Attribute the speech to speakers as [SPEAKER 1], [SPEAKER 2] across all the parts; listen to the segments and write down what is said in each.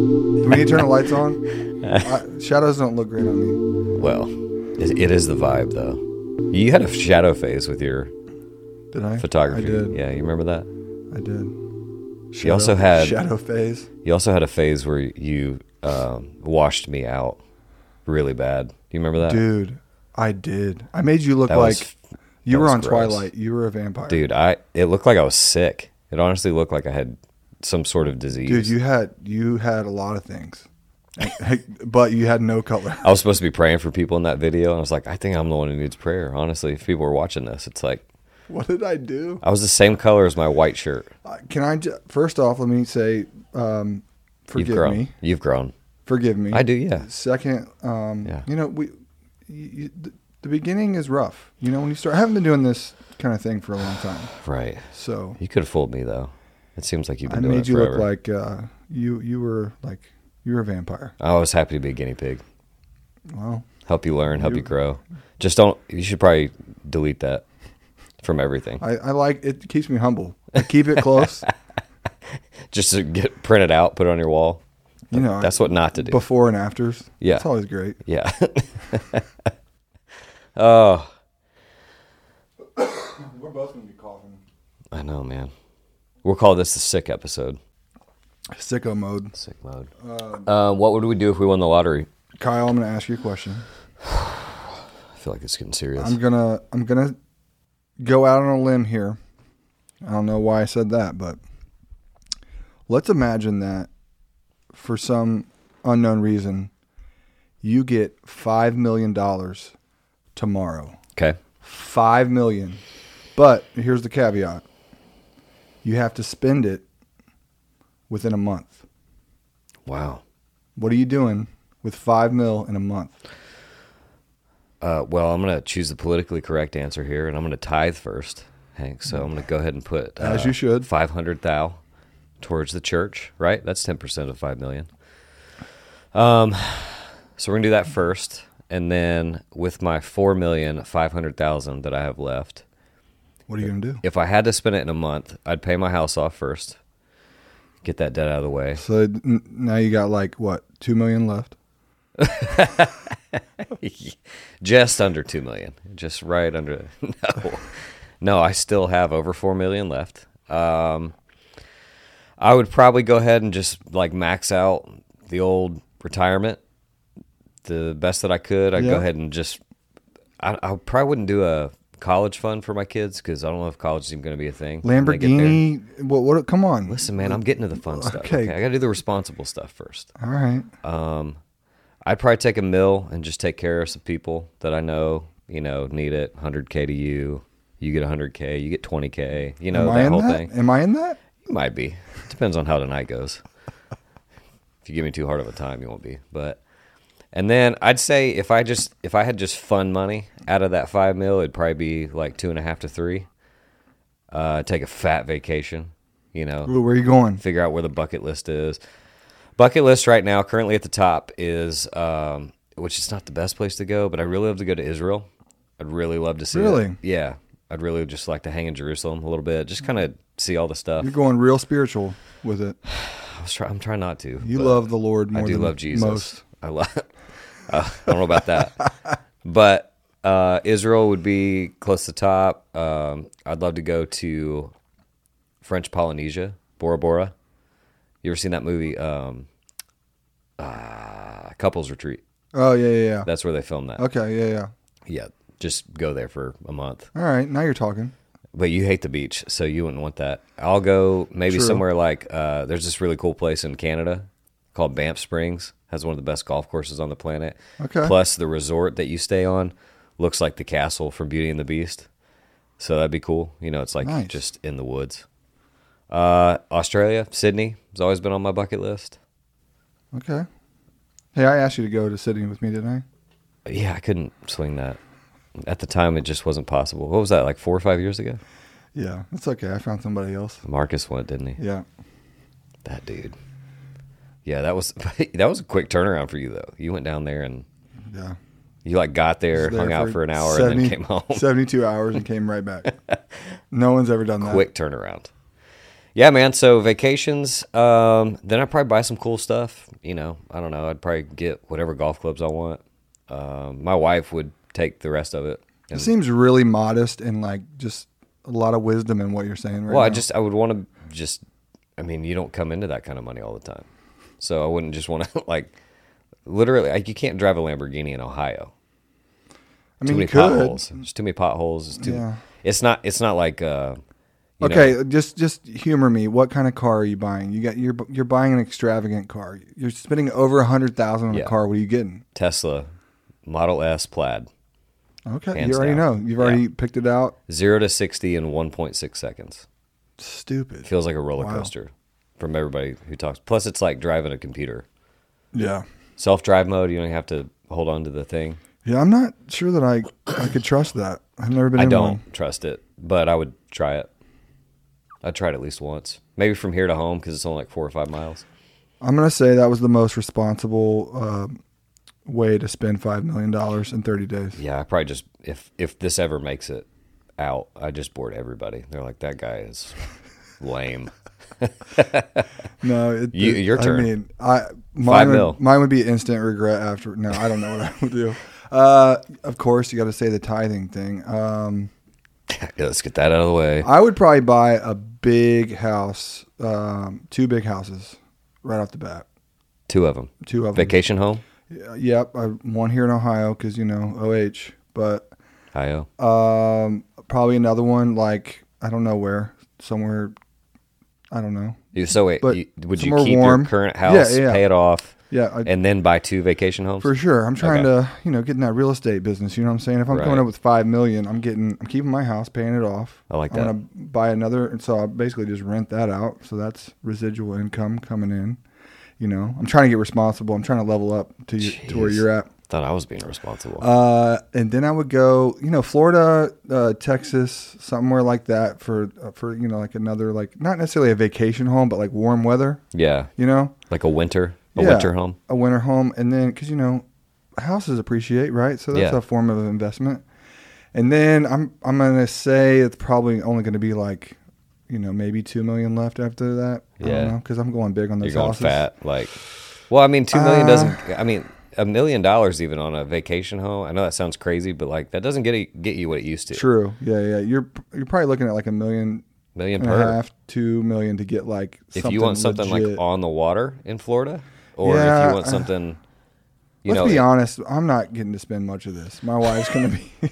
[SPEAKER 1] you turn the lights on? I, shadows don't look great on me.
[SPEAKER 2] Well, it it is the vibe though. You had a shadow phase with your
[SPEAKER 1] Did I?
[SPEAKER 2] photography.
[SPEAKER 1] I did.
[SPEAKER 2] Yeah, you remember that?
[SPEAKER 1] I did.
[SPEAKER 2] You also had
[SPEAKER 1] shadow phase.
[SPEAKER 2] you also had a phase where you um, washed me out really bad. Do you remember that?
[SPEAKER 1] Dude, I did. I made you look
[SPEAKER 2] uh, That
[SPEAKER 1] like
[SPEAKER 2] was-
[SPEAKER 1] you
[SPEAKER 2] that
[SPEAKER 1] were
[SPEAKER 2] was
[SPEAKER 1] on
[SPEAKER 2] gross.
[SPEAKER 1] Twilight. You were a vampire.
[SPEAKER 2] Dude, I it looked like I was sick. It honestly looked like I had some sort of disease.
[SPEAKER 1] Dude, you had you had a lot of things. but you had no color.
[SPEAKER 2] I was supposed to be praying for people in that video, and I was like, I think I'm the one who needs prayer. Honestly, if people are watching this, it's like
[SPEAKER 1] What did I do?
[SPEAKER 2] I was the same color as my white shirt.
[SPEAKER 1] Uh, Can I ju- first off, let me say um
[SPEAKER 2] You've
[SPEAKER 1] forgive
[SPEAKER 2] grown.
[SPEAKER 1] me.
[SPEAKER 2] You've grown.
[SPEAKER 1] Forgive me.
[SPEAKER 2] I do, yeah.
[SPEAKER 1] Second, um
[SPEAKER 2] Yeah.
[SPEAKER 1] you know, we you, you, the, the beginning is rough. You know, when you start I haven't been doing this kind of thing for a long time.
[SPEAKER 2] Right.
[SPEAKER 1] So,
[SPEAKER 2] You could have fooled me though. It seems like you've
[SPEAKER 1] I
[SPEAKER 2] been doing
[SPEAKER 1] made
[SPEAKER 2] it
[SPEAKER 1] you
[SPEAKER 2] forever.
[SPEAKER 1] look like uh you you were like you were a vampire.
[SPEAKER 2] I was happy to be a guinea pig.
[SPEAKER 1] Wow.
[SPEAKER 2] Help you learn, help you grow. Just don't. You should probably delete that from everything.
[SPEAKER 1] I, I like it keeps me humble. I keep it close.
[SPEAKER 2] Just to get print it out, put it on your wall.
[SPEAKER 1] you know,
[SPEAKER 2] That's what not to do.
[SPEAKER 1] before and afters.
[SPEAKER 2] Yeah.
[SPEAKER 1] It's always great.
[SPEAKER 2] Yeah. oh,
[SPEAKER 1] We're both gonna be coughing.
[SPEAKER 2] I know, man. We'll call this the sick episode.
[SPEAKER 1] Sicko mode.
[SPEAKER 2] Sick mode. Uh, what would we do if we won the lottery?
[SPEAKER 1] Kyle, I'm gonna ask you a question.
[SPEAKER 2] I feel like it's getting serious.
[SPEAKER 1] I'm gonna I'm gonna go out on a limb here. I don't know why I said that, but let's imagine that for some unknown reason you get five million dollars tomorrow.
[SPEAKER 2] okay.
[SPEAKER 1] Five million. But here's the caveat. You have to spend it within a month.
[SPEAKER 2] Wow.
[SPEAKER 1] What are you doing with five mil in a month?
[SPEAKER 2] Uh, well, I'm gonna choose the politically correct answer here, and I'm gonna tithe first, Hank. So I'm gonna go ahead and put uh,
[SPEAKER 1] As you should.
[SPEAKER 2] five hundred thou towards the church. Right, that's ten percent of five million. Um, so we're gonna do that first, and then with my four million five hundred thousand that I have left,
[SPEAKER 1] What are you gonna do?
[SPEAKER 2] if I had to spend it in a month, I'd pay my house off first, get that debt out of the way.
[SPEAKER 1] So n- now you got like what two million left?
[SPEAKER 2] just under two million, just right under. No, no, I still have over four million left. Um, I would probably go ahead and just like max out the old retirement the best that I could. I'd
[SPEAKER 1] Yeah.
[SPEAKER 2] go ahead and just. I, I probably wouldn't do a college fund for my kids because I don't know if college is even going to be a thing. when they get there.
[SPEAKER 1] Lamborghini. What? What? Come on.
[SPEAKER 2] Listen, man, I'm getting to the fun stuff.
[SPEAKER 1] Okay.
[SPEAKER 2] Okay, I got to do the responsible stuff first.
[SPEAKER 1] All right.
[SPEAKER 2] Um, I'd probably take a mill and just take care of some people that I know, you know, need it. 100K to you. You get 100K. You get 20K. You know,
[SPEAKER 1] Am I
[SPEAKER 2] that
[SPEAKER 1] in
[SPEAKER 2] whole
[SPEAKER 1] that?
[SPEAKER 2] thing.
[SPEAKER 1] Am I in that?
[SPEAKER 2] You might be. Depends on how tonight goes. If you give me too hard of a time, you won't be. But and then I'd say if I just if I had just fun money out of that five mil, it'd probably be like two and a half to three. Uh, take a fat vacation, you know
[SPEAKER 1] Ooh, where are you going?
[SPEAKER 2] figure out where the bucket list is. Bucket list right now, currently at the top is, um, which is not the best place to go, but I really love to go to Israel. I'd really love to see. it.
[SPEAKER 1] Really?
[SPEAKER 2] Yeah, I'd really just like to hang in Jerusalem a little bit, just kind of see all the stuff.
[SPEAKER 1] You're going real spiritual with it.
[SPEAKER 2] I was try- I'm trying not to.
[SPEAKER 1] You
[SPEAKER 2] but
[SPEAKER 1] love the Lord more
[SPEAKER 2] I do
[SPEAKER 1] than
[SPEAKER 2] love Jesus.
[SPEAKER 1] most.
[SPEAKER 2] I love. Uh, I don't know about that, but uh, Israel would be close to top. Um, I'd love to go to French Polynesia, Bora Bora. You ever seen that movie? Um, uh, Couples Retreat.
[SPEAKER 1] Oh yeah, yeah, yeah.
[SPEAKER 2] That's where they filmed that.
[SPEAKER 1] Okay, yeah, yeah.
[SPEAKER 2] Yeah, just go there for a month.
[SPEAKER 1] All right. Now you're talking.
[SPEAKER 2] But you hate the beach, so you wouldn't want that. I'll go maybe
[SPEAKER 1] True.
[SPEAKER 2] somewhere like uh, there's this really cool place in Canada called Banff Springs. Has one of the best golf courses on the planet.
[SPEAKER 1] Okay.
[SPEAKER 2] Plus the resort that you stay on looks like the castle from Beauty and the Beast. So that'd be cool. You know, it's like
[SPEAKER 1] Nice.
[SPEAKER 2] just in the woods. Uh, Australia, Sydney has always been on my bucket list.
[SPEAKER 1] Okay. Hey, I asked you to go to Sydney with me, didn't I?
[SPEAKER 2] Yeah, I couldn't swing that. At the time, it just wasn't possible. What was that, like four or five years ago?
[SPEAKER 1] Yeah. It's okay. I found somebody else.
[SPEAKER 2] Marcus went, didn't he?
[SPEAKER 1] Yeah.
[SPEAKER 2] That dude. Yeah, that was that was a quick turnaround for you though. You went down there and
[SPEAKER 1] Yeah.
[SPEAKER 2] you like got there,
[SPEAKER 1] Was there
[SPEAKER 2] hung out for an hour, and then came home.
[SPEAKER 1] Seventy-two hours and came right back. no one's ever done that.
[SPEAKER 2] quick turnaround. yeah, man. So vacations. Um, then I'd probably buy some cool stuff. You know, I don't know. I'd probably get whatever golf clubs I want. Um, my wife would take the rest of it.
[SPEAKER 1] It seems really modest and like just a lot of wisdom in what you're saying right
[SPEAKER 2] Well, I
[SPEAKER 1] now.
[SPEAKER 2] just I would want to just. I mean, you don't come into that kind of money all the time, so I wouldn't just want to like. Literally, like you can't drive a Lamborghini in Ohio.
[SPEAKER 1] I
[SPEAKER 2] Too
[SPEAKER 1] mean,
[SPEAKER 2] many
[SPEAKER 1] you could.
[SPEAKER 2] potholes. There's too many potholes. It's too.
[SPEAKER 1] Yeah.
[SPEAKER 2] It's not. It's not like. Uh, you know,
[SPEAKER 1] Okay, just just humor me. What kind of car are you buying? You got you're you're buying an extravagant car. You're spending over a hundred thousand on
[SPEAKER 2] Yeah.
[SPEAKER 1] a car. What are you getting?
[SPEAKER 2] Tesla Model S Plaid.
[SPEAKER 1] Okay,
[SPEAKER 2] Hands
[SPEAKER 1] you already
[SPEAKER 2] down.
[SPEAKER 1] know. You've
[SPEAKER 2] Yeah.
[SPEAKER 1] already picked it out.
[SPEAKER 2] Zero to sixty in one point six seconds.
[SPEAKER 1] Stupid.
[SPEAKER 2] Feels like a roller
[SPEAKER 1] Wow.
[SPEAKER 2] coaster from everybody who talks. Plus, it's like driving a computer.
[SPEAKER 1] Yeah,
[SPEAKER 2] Self drive mode. You don't have to hold on to the thing.
[SPEAKER 1] yeah. I'm not sure that I I could trust that. I've never been.
[SPEAKER 2] I
[SPEAKER 1] in
[SPEAKER 2] don't
[SPEAKER 1] One.
[SPEAKER 2] trust it, but I would try it. I'd try it at least once. Maybe from here to home because it's only like four or five miles.
[SPEAKER 1] I'm gonna say that was the most responsible uh, way to spend five million dollars in 30 days.
[SPEAKER 2] Yeah, I probably just if if this ever makes it out, I just board everybody. They're like, that guy is lame.
[SPEAKER 1] No, it,
[SPEAKER 2] You-
[SPEAKER 1] it-
[SPEAKER 2] your turn.
[SPEAKER 1] I mean, I mine
[SPEAKER 2] Five
[SPEAKER 1] would,
[SPEAKER 2] mil.
[SPEAKER 1] Mine would be instant regret after. No, I don't know what I would do. Uh, of course, you got to say the tithing thing. Um,
[SPEAKER 2] Yeah, let's get that out of the way.
[SPEAKER 1] I would probably buy a big house, um, two big houses, right off the bat.
[SPEAKER 2] Two of them.
[SPEAKER 1] Two of them.
[SPEAKER 2] Vacation home,
[SPEAKER 1] Yep, I, one here in Ohio because you know OH, but
[SPEAKER 2] Ohio.
[SPEAKER 1] um, probably another one like I don't know where, somewhere. I don't know.
[SPEAKER 2] You- So wait,
[SPEAKER 1] But
[SPEAKER 2] you, would you
[SPEAKER 1] somewhere
[SPEAKER 2] keep
[SPEAKER 1] warm.
[SPEAKER 2] your current
[SPEAKER 1] Yeah,
[SPEAKER 2] house,
[SPEAKER 1] yeah.
[SPEAKER 2] pay it off,
[SPEAKER 1] Yeah, I,
[SPEAKER 2] and then buy two vacation homes?
[SPEAKER 1] For sure. I'm trying
[SPEAKER 2] Okay.
[SPEAKER 1] to, you know, get in that real estate business. You know what I'm saying? If I'm coming
[SPEAKER 2] Right.
[SPEAKER 1] up with five million, I'm getting I'm keeping my house, paying it off.
[SPEAKER 2] I like
[SPEAKER 1] I'm
[SPEAKER 2] that.
[SPEAKER 1] gonna buy another and so I basically just rent that out. So that's residual income coming in. You know. I'm trying to get responsible. I'm trying to level up to you, to where
[SPEAKER 2] Jeez.
[SPEAKER 1] you're at.
[SPEAKER 2] Thought I was being responsible.
[SPEAKER 1] Uh, and then I would go, you know, Florida, uh, Texas, somewhere like that for uh, for you know like another like not necessarily a vacation home, but like warm weather.
[SPEAKER 2] yeah,
[SPEAKER 1] You know,
[SPEAKER 2] like a winter, a
[SPEAKER 1] Yeah.
[SPEAKER 2] winter home.
[SPEAKER 1] a winter home and then because you know houses appreciate right so that's
[SPEAKER 2] Yeah.
[SPEAKER 1] a form of investment and then i'm i'm gonna say it's probably only gonna be like you know maybe two million left after that i
[SPEAKER 2] Yeah.
[SPEAKER 1] don't know because i'm going big on those
[SPEAKER 2] You're going
[SPEAKER 1] houses
[SPEAKER 2] fat, like. Well, I mean, two million
[SPEAKER 1] Uh,
[SPEAKER 2] doesn't. I mean, a million dollars even on a vacation home. I know that sounds crazy, but like that doesn't get it, get you what it used to.
[SPEAKER 1] true yeah yeah you're you're probably looking at like a million
[SPEAKER 2] Million
[SPEAKER 1] and a
[SPEAKER 2] per.
[SPEAKER 1] half two million to get like
[SPEAKER 2] if
[SPEAKER 1] something
[SPEAKER 2] you want something
[SPEAKER 1] legit.
[SPEAKER 2] like on the water in Florida, or if
[SPEAKER 1] Yeah,
[SPEAKER 2] you want
[SPEAKER 1] uh,
[SPEAKER 2] something, you
[SPEAKER 1] let's be
[SPEAKER 2] know,
[SPEAKER 1] honest i'm not getting to spend much of this my wife's gonna be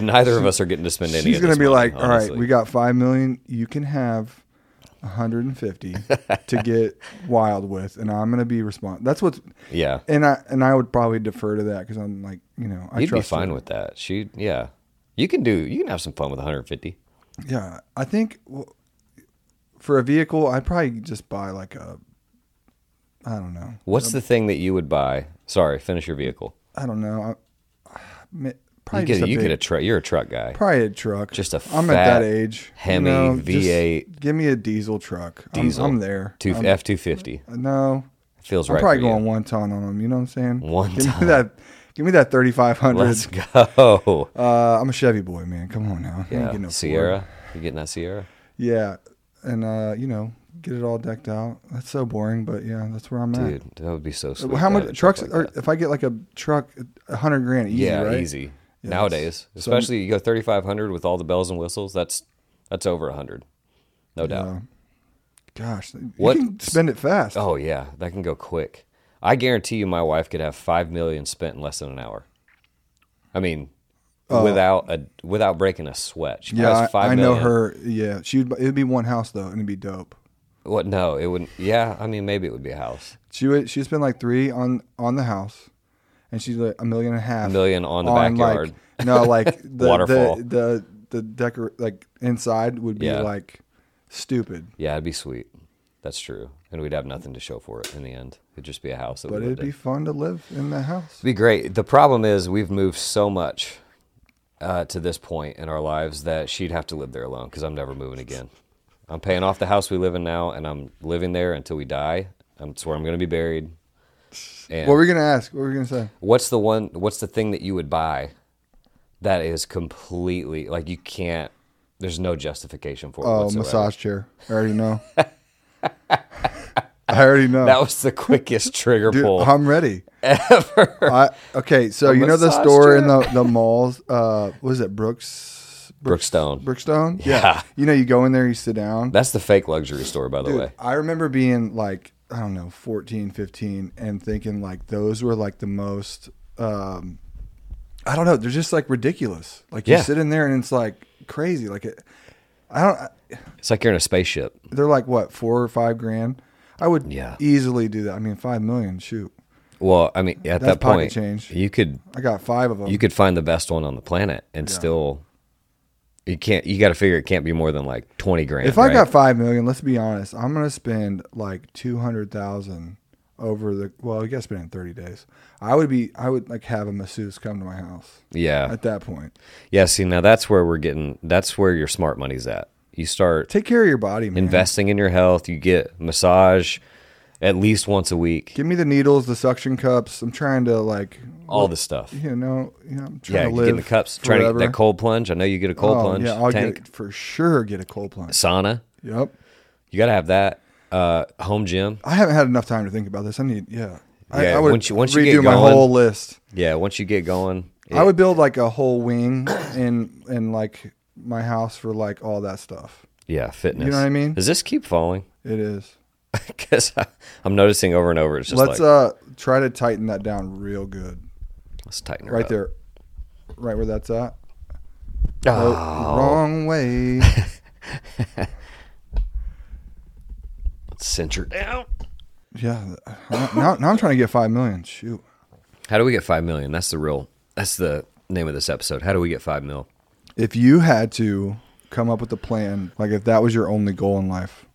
[SPEAKER 2] neither of us are getting to spend any.
[SPEAKER 1] she's
[SPEAKER 2] of
[SPEAKER 1] gonna
[SPEAKER 2] this
[SPEAKER 1] be
[SPEAKER 2] money,
[SPEAKER 1] like, all right,
[SPEAKER 2] honestly.
[SPEAKER 1] we got five million. You can have a hundred and fifty to get wild with, and I'm gonna be responsible. That's what's
[SPEAKER 2] yeah,
[SPEAKER 1] and I and I would probably defer to that because I'm like, you know, I
[SPEAKER 2] you'd be
[SPEAKER 1] trust
[SPEAKER 2] fine
[SPEAKER 1] her.
[SPEAKER 2] with that. She, yeah, you can do. You can have some fun with 150.
[SPEAKER 1] Yeah, I think well, for a vehicle, I'd probably just buy like a, I don't know,
[SPEAKER 2] What's the thing that you would buy? Sorry, finish your vehicle.
[SPEAKER 1] I don't know, I, mi-
[SPEAKER 2] You
[SPEAKER 1] probably
[SPEAKER 2] get
[SPEAKER 1] just a
[SPEAKER 2] you
[SPEAKER 1] big-
[SPEAKER 2] get a truck. You're a truck guy.
[SPEAKER 1] probably a truck.
[SPEAKER 2] Just a
[SPEAKER 1] I'm at
[SPEAKER 2] fat
[SPEAKER 1] that age.
[SPEAKER 2] Hemi
[SPEAKER 1] just
[SPEAKER 2] V8.
[SPEAKER 1] Give me a diesel truck. I'm-
[SPEAKER 2] Diesel.
[SPEAKER 1] I'm, there.
[SPEAKER 2] Two
[SPEAKER 1] I'm-
[SPEAKER 2] F two fifty
[SPEAKER 1] no,
[SPEAKER 2] feels
[SPEAKER 1] I'm
[SPEAKER 2] right.
[SPEAKER 1] probably
[SPEAKER 2] for you.
[SPEAKER 1] going one ton on them. You know what I'm saying?
[SPEAKER 2] One
[SPEAKER 1] give
[SPEAKER 2] ton.
[SPEAKER 1] Me that, give me that 3500.
[SPEAKER 2] Let's go.
[SPEAKER 1] Uh, I'm a Chevy boy, man. Come on now. I ain't
[SPEAKER 2] Yeah.
[SPEAKER 1] getting no Ford.
[SPEAKER 2] Sierra. You getting that Sierra?
[SPEAKER 1] Yeah, and uh, you know, get it all decked out. That's so boring, but yeah, that's where I'm
[SPEAKER 2] Dude, that would be so
[SPEAKER 1] at.
[SPEAKER 2] sweet.
[SPEAKER 1] Well, How
[SPEAKER 2] to have a
[SPEAKER 1] much
[SPEAKER 2] truck
[SPEAKER 1] trucks?
[SPEAKER 2] like
[SPEAKER 1] or
[SPEAKER 2] that.
[SPEAKER 1] if I get like a truck, a hundred grand easy,
[SPEAKER 2] yeah,
[SPEAKER 1] right?
[SPEAKER 2] easy.
[SPEAKER 1] Yeah,
[SPEAKER 2] Nowadays,
[SPEAKER 1] it's- so-
[SPEAKER 2] especially you go 3500 with all the bells and whistles, that's that's over 100. No doubt.
[SPEAKER 1] Yeah. Gosh, you
[SPEAKER 2] What-
[SPEAKER 1] can spend it fast.
[SPEAKER 2] Oh yeah, that can go quick. I guarantee you my wife could have 5 million spent in less than an hour. I mean, without a without breaking a sweat. She probably
[SPEAKER 1] Uh, yeah,
[SPEAKER 2] has
[SPEAKER 1] I,
[SPEAKER 2] five
[SPEAKER 1] I know
[SPEAKER 2] million.
[SPEAKER 1] her. Yeah, she'd. It'd be one house though, and it'd be dope.
[SPEAKER 2] What no, it wouldn't. Yeah, I mean maybe it would be a house.
[SPEAKER 1] She would. She'd spend like three on on the house, and she's like a million and a half.
[SPEAKER 2] A million on the backyard.
[SPEAKER 1] Like, no, like the,
[SPEAKER 2] Waterfall.
[SPEAKER 1] The the the decor like inside would be
[SPEAKER 2] Yeah.
[SPEAKER 1] like stupid,
[SPEAKER 2] Yeah, it'd be sweet. That's true. And we'd have nothing to show for it in the end. It'd just be a house that
[SPEAKER 1] but
[SPEAKER 2] we
[SPEAKER 1] it'd
[SPEAKER 2] lived
[SPEAKER 1] be
[SPEAKER 2] in.
[SPEAKER 1] fun to live in the house.
[SPEAKER 2] It'd be great. The problem is we've moved so much uh, to this point in our lives that she'd have to live there alone because I'm never moving again. I'm paying off the house we live in now, and I'm living there until we die. Um, It's where I'm going to be buried. And
[SPEAKER 1] What were we gonna ask? What were we gonna say?
[SPEAKER 2] what's the one? What's the thing that you would buy that is completely like you can't? There's no justification for it.
[SPEAKER 1] Oh,
[SPEAKER 2] whatsoever.
[SPEAKER 1] massage chair. I already know. I already know.
[SPEAKER 2] That was the quickest trigger
[SPEAKER 1] Dude,
[SPEAKER 2] pull.
[SPEAKER 1] I'm ready. Ever. I, okay, so you know the
[SPEAKER 2] massage
[SPEAKER 1] store in
[SPEAKER 2] chair?
[SPEAKER 1] the, the malls, uh was it Brooks
[SPEAKER 2] Brookstone.
[SPEAKER 1] Brookstone?
[SPEAKER 2] Yeah.
[SPEAKER 1] You know, you go in there, you sit down.
[SPEAKER 2] That's the fake luxury store, by the
[SPEAKER 1] Dude,
[SPEAKER 2] way.
[SPEAKER 1] I remember being like, I don't know, 14, 15, and thinking like those were like the most, um, I don't know, they're just like ridiculous. Like
[SPEAKER 2] Yeah.
[SPEAKER 1] you sit in there and it's like crazy. Like it, I don't, I-
[SPEAKER 2] It's like you're in a spaceship.
[SPEAKER 1] they're like what, four or five grand? I would
[SPEAKER 2] Yeah.
[SPEAKER 1] easily do that. I mean, five million, shoot.
[SPEAKER 2] Well, I mean, at
[SPEAKER 1] That's
[SPEAKER 2] that
[SPEAKER 1] pocket
[SPEAKER 2] point,
[SPEAKER 1] change.
[SPEAKER 2] you could
[SPEAKER 1] I got five of them.
[SPEAKER 2] you could find the best one on the planet and still you can't. You got to figure it can't be more than like twenty grand.
[SPEAKER 1] if I
[SPEAKER 2] right?
[SPEAKER 1] got five million, let's be honest, I'm going to spend like 200,000 over the, well, I guess spend it in 30 days. I would be, I would like have a masseuse come to my house
[SPEAKER 2] yeah,
[SPEAKER 1] at that point.
[SPEAKER 2] yeah. See, now that's where we're getting. That's where your smart money's at. You start
[SPEAKER 1] Take care of your body, man.
[SPEAKER 2] investing in your health. You get massage at least once a week.
[SPEAKER 1] Give me the needles, the suction cups. I'm trying to like,
[SPEAKER 2] All the stuff.
[SPEAKER 1] you know, you know, I'm trying
[SPEAKER 2] Yeah,
[SPEAKER 1] to
[SPEAKER 2] you
[SPEAKER 1] live
[SPEAKER 2] get in the cups. Trying to
[SPEAKER 1] forever.
[SPEAKER 2] get that cold plunge. I know you get a cold
[SPEAKER 1] Oh,
[SPEAKER 2] plunge.
[SPEAKER 1] Yeah, I'll
[SPEAKER 2] tank,
[SPEAKER 1] get for sure get a cold plunge.
[SPEAKER 2] sauna.
[SPEAKER 1] Yep.
[SPEAKER 2] You got to have that. Uh, home gym.
[SPEAKER 1] I haven't had enough time to think about this. I need, yeah. I,
[SPEAKER 2] Yeah,
[SPEAKER 1] I would
[SPEAKER 2] once you- once you
[SPEAKER 1] redo
[SPEAKER 2] get
[SPEAKER 1] my
[SPEAKER 2] going-
[SPEAKER 1] whole list.
[SPEAKER 2] Yeah, once you get going, it-
[SPEAKER 1] I would build like a whole wing in in like my house for like all that stuff.
[SPEAKER 2] yeah, fitness.
[SPEAKER 1] You know what I mean?
[SPEAKER 2] Does this keep falling?
[SPEAKER 1] It is.
[SPEAKER 2] Because I'm noticing over and over, it's just
[SPEAKER 1] Let's
[SPEAKER 2] like
[SPEAKER 1] uh try to tighten that down real good.
[SPEAKER 2] let's tighten her
[SPEAKER 1] Right
[SPEAKER 2] up.
[SPEAKER 1] there. Right where that's at.
[SPEAKER 2] Oh,
[SPEAKER 1] Wrong way.
[SPEAKER 2] let's cinch her down.
[SPEAKER 1] Yeah, now, now, now I'm trying to get five million. Shoot,
[SPEAKER 2] How do we get five million? That's the real. That's the name of this episode. How do we get five mil?
[SPEAKER 1] if you had to come up with a plan, like if that was your only goal in life,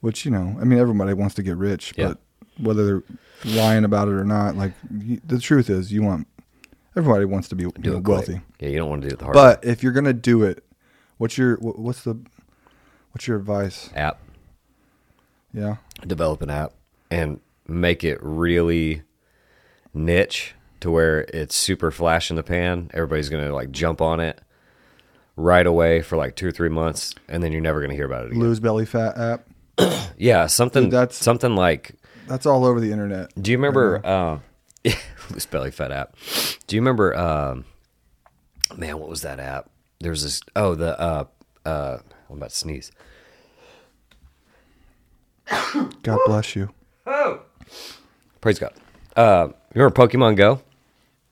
[SPEAKER 1] which you know, I mean, everybody wants to get rich,
[SPEAKER 2] Yeah.
[SPEAKER 1] but whether they're lying about it or not, like you, the truth is, you want everybody wants to be you
[SPEAKER 2] Do
[SPEAKER 1] know,
[SPEAKER 2] it quick.
[SPEAKER 1] wealthy.
[SPEAKER 2] Yeah, you don't want to do it the hard.
[SPEAKER 1] But if you're gonna do it, what's your wh- what's the what's your advice?
[SPEAKER 2] way. app,
[SPEAKER 1] Yeah,
[SPEAKER 2] develop an app, and make it really niche to where it's super flash in the pan. Everybody's gonna like jump on it right away for like two or three months, and then you're never gonna hear about it again.
[SPEAKER 1] lose belly fat app.
[SPEAKER 2] Yeah, something
[SPEAKER 1] Dude,
[SPEAKER 2] that's
[SPEAKER 1] that's-
[SPEAKER 2] something like.
[SPEAKER 1] That's all over the internet.
[SPEAKER 2] Do you remember uh, this belly fat app? Do you remember? Um, man, what was that app? There was this. Oh, the. Uh, uh, I'm about to sneeze.
[SPEAKER 1] God bless you.
[SPEAKER 2] Praise God. Uh, you remember Pokemon Go?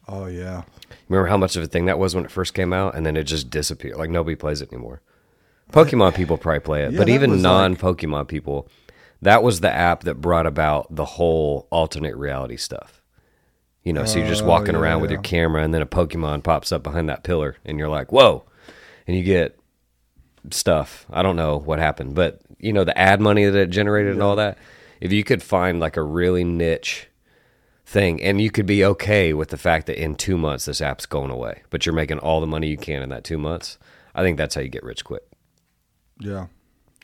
[SPEAKER 1] Oh yeah,
[SPEAKER 2] Remember how much of a thing that was when it first came out, and then it just disappeared. Like nobody plays it anymore. Pokemon people probably play it,
[SPEAKER 1] Yeah,
[SPEAKER 2] but
[SPEAKER 1] that
[SPEAKER 2] even
[SPEAKER 1] was
[SPEAKER 2] non-Pokemon people, that was the app that brought about the whole alternate reality stuff. You know, so you're just walking around with your camera, and then a Pokemon pops up behind that pillar, and you're like, "Whoa!" and you get stuff. I don't know what happened, but you know, the ad money that it generated and all that. If you could find like a really niche thing and you could be okay with the fact that in two months this app's going away, but you're making all the money you can in that two months, I think that's how you get rich quick
[SPEAKER 1] yeah,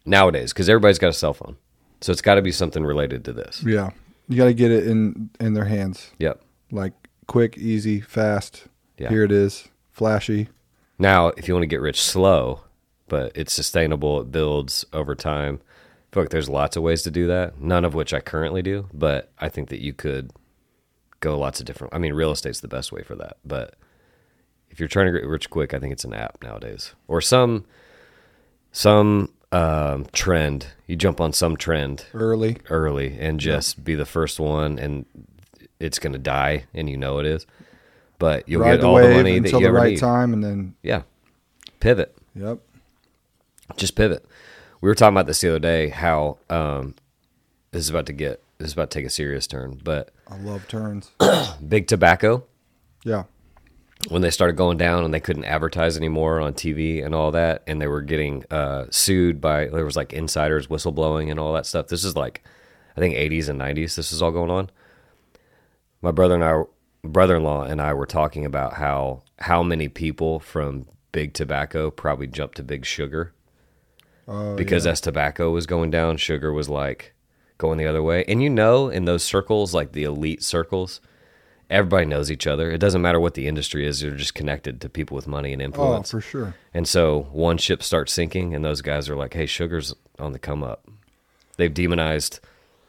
[SPEAKER 2] nowadays because everybody's got a cell phone. So it's got to be something related to this.
[SPEAKER 1] yeah. You got to get it in in their hands.
[SPEAKER 2] Yep.
[SPEAKER 1] like quick, easy, fast.
[SPEAKER 2] Yeah.
[SPEAKER 1] Here it is, flashy.
[SPEAKER 2] Now, if you want to get rich slow, but it's sustainable, it builds over time. I feel like there's lots of ways to do that, none of which I currently do, but I think that you could go lots of different I mean, real estate's the best way for that, but if you're trying to get rich quick, I think it's an app nowadays or some some um, trend. You jump on some trend
[SPEAKER 1] Early.
[SPEAKER 2] early and just be the first one and it's going to die and you know it is. But you'll
[SPEAKER 1] Ride
[SPEAKER 2] get
[SPEAKER 1] the
[SPEAKER 2] all the
[SPEAKER 1] wave
[SPEAKER 2] money that
[SPEAKER 1] until
[SPEAKER 2] you
[SPEAKER 1] the
[SPEAKER 2] ever
[SPEAKER 1] right
[SPEAKER 2] need.
[SPEAKER 1] time and then
[SPEAKER 2] Yeah. Pivot.
[SPEAKER 1] yep.
[SPEAKER 2] Just pivot. We were talking about this the other day, how um this is about to get this is about to take a serious turn. But
[SPEAKER 1] I love turns.
[SPEAKER 2] big tobacco,
[SPEAKER 1] yeah.
[SPEAKER 2] when they started going down and they couldn't advertise anymore on TV and all that, and they were getting uh sued by there was like insiders whistleblowing and all that stuff. This is like I think eighties and nineties, this is all going on. My brother and I brother in law and I were talking about how how many people from big tobacco probably jumped to big sugar.
[SPEAKER 1] Oh,
[SPEAKER 2] because as tobacco was going down, sugar was like going the other way. And you know, in those circles, like the elite circles, everybody knows each other. It doesn't matter what the industry is; you're just connected to people with money and
[SPEAKER 1] Oh,
[SPEAKER 2] influence.
[SPEAKER 1] for sure.
[SPEAKER 2] And so one ship starts sinking, and those guys are like, "Hey, sugar's on the come up." They've demonized,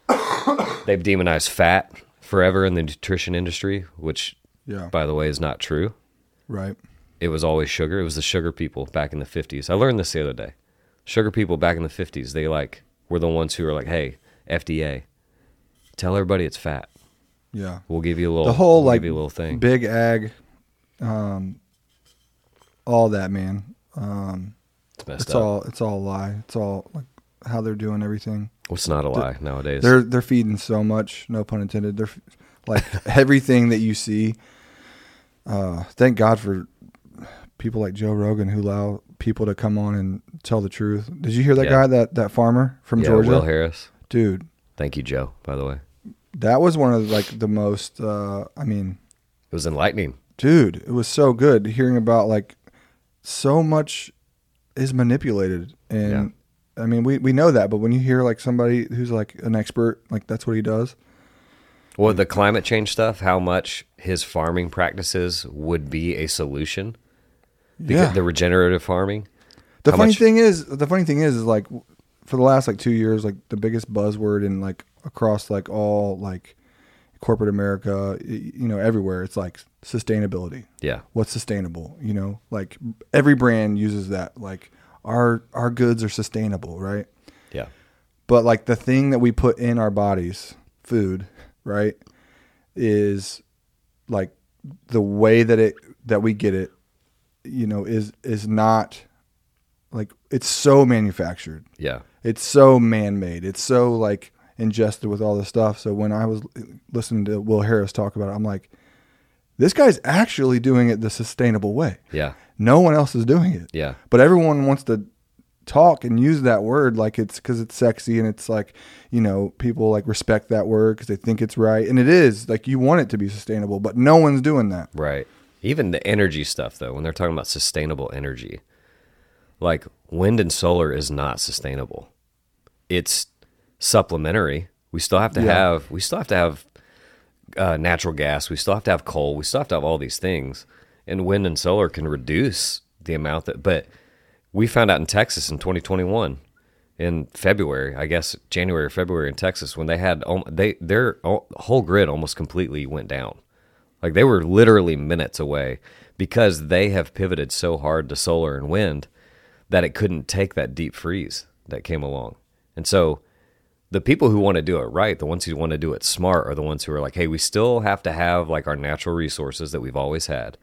[SPEAKER 2] they've demonized fat forever in the nutrition industry, which,
[SPEAKER 1] Yeah.
[SPEAKER 2] by the way, is not true.
[SPEAKER 1] Right.
[SPEAKER 2] It was always sugar. It was the sugar people back in the fifties. I learned this the other day. Sugar people back in the fifties, they like were the ones who were like, "Hey, FDA, tell everybody it's fat.
[SPEAKER 1] Yeah.
[SPEAKER 2] We'll give you a little
[SPEAKER 1] The whole
[SPEAKER 2] we'll
[SPEAKER 1] like
[SPEAKER 2] give you a little thing."
[SPEAKER 1] big ag, um, all that man.
[SPEAKER 2] it's messed
[SPEAKER 1] It's
[SPEAKER 2] up.
[SPEAKER 1] all it's all a lie. It's all like how they're doing everything.
[SPEAKER 2] it's not a lie nowadays.
[SPEAKER 1] They're they're feeding so much. No pun intended. They're f- like everything that you see. Uh, thank God for people like Joe Rogan who allow people to come on and tell the truth. Did you hear that
[SPEAKER 2] Yeah.
[SPEAKER 1] guy that that farmer from
[SPEAKER 2] yeah,
[SPEAKER 1] Georgia?
[SPEAKER 2] Will Harris.
[SPEAKER 1] Dude,
[SPEAKER 2] Thank you, Joe. By the way, it
[SPEAKER 1] that was one of like the most. Uh, I mean,
[SPEAKER 2] was enlightening.
[SPEAKER 1] dude, it was so good hearing about like so much is manipulated and I mean we, we know that, but when you hear like somebody who's like an expert, like that's what he does.
[SPEAKER 2] Well, the climate change stuff, how much his farming practices would be a solution. Because
[SPEAKER 1] yeah.
[SPEAKER 2] The regenerative farming.
[SPEAKER 1] The
[SPEAKER 2] how
[SPEAKER 1] funny
[SPEAKER 2] much-
[SPEAKER 1] thing is, the funny thing is, is like w- for the last like two years, like the biggest buzzword in like across like all like corporate America, y- you know, everywhere, it's like sustainability.
[SPEAKER 2] Yeah.
[SPEAKER 1] what's sustainable you know like every brand uses that like our our goods are sustainable right
[SPEAKER 2] Yeah.
[SPEAKER 1] but like the thing that we put in our bodies food right is like the way that it that we get it you know is is not like it's so manufactured
[SPEAKER 2] Yeah.
[SPEAKER 1] it's so man-made it's so like ingested with all this stuff so when i was listening to will harris talk about it i'm like this guy's actually doing it the sustainable way
[SPEAKER 2] Yeah.
[SPEAKER 1] no one else is doing it
[SPEAKER 2] Yeah.
[SPEAKER 1] but everyone wants to talk and use that word like it's because it's sexy and it's like you know people like respect that word because they think it's right and it is like you want it to be sustainable but no one's doing that
[SPEAKER 2] Right. Even the energy stuff, though, when they're talking about sustainable energy, like wind and solar is not sustainable. It's supplementary. We still have to
[SPEAKER 1] Yeah.
[SPEAKER 2] have we still have to have uh, natural gas. We still have to have coal. We still have to have all these things. And wind and solar can reduce the amount that. But we found out in Texas in 2021, in February, I guess January or February in Texas, when they had al- they their al- whole grid almost completely went down. Like they were literally minutes away because they have pivoted so hard to solar and wind that it couldn't take that deep freeze that came along. And so the people who want to do it right, the ones who want to do it smart, are the ones who are like, hey, we still have to have like our natural resources that we've always had,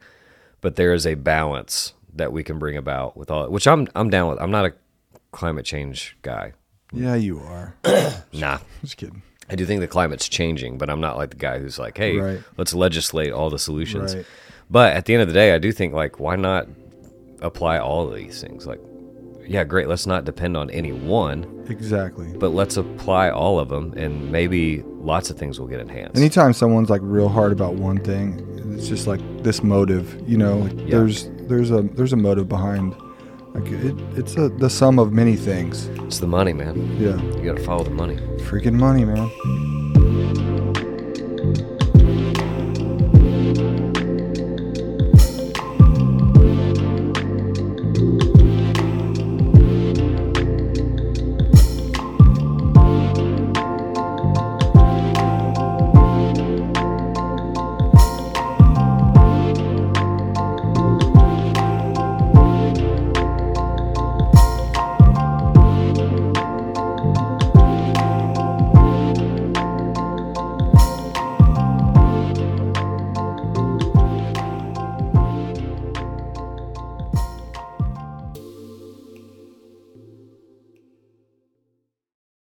[SPEAKER 2] but there is a balance that we can bring about with all. Which I'm I'm down with. I'm not a climate change guy.
[SPEAKER 1] yeah you are
[SPEAKER 2] Nah,
[SPEAKER 1] just kidding
[SPEAKER 2] I do think the climate's changing, but I'm not like the guy who's like, hey,
[SPEAKER 1] Right.
[SPEAKER 2] let's legislate all the solutions.
[SPEAKER 1] Right.
[SPEAKER 2] But at the end of the day, I do think like, why not apply all of these things? Like, yeah, great. Let's not depend on any one,
[SPEAKER 1] exactly
[SPEAKER 2] but let's apply all of them, and maybe lots of things will get enhanced.
[SPEAKER 1] anytime someone's like real hard about one thing it's just like this motive you know like
[SPEAKER 2] Yeah.
[SPEAKER 1] there's there's a there's a motive behind like it, it's a, the sum of many things
[SPEAKER 2] it's the money, man.
[SPEAKER 1] yeah
[SPEAKER 2] You got to follow the money.
[SPEAKER 1] freaking money man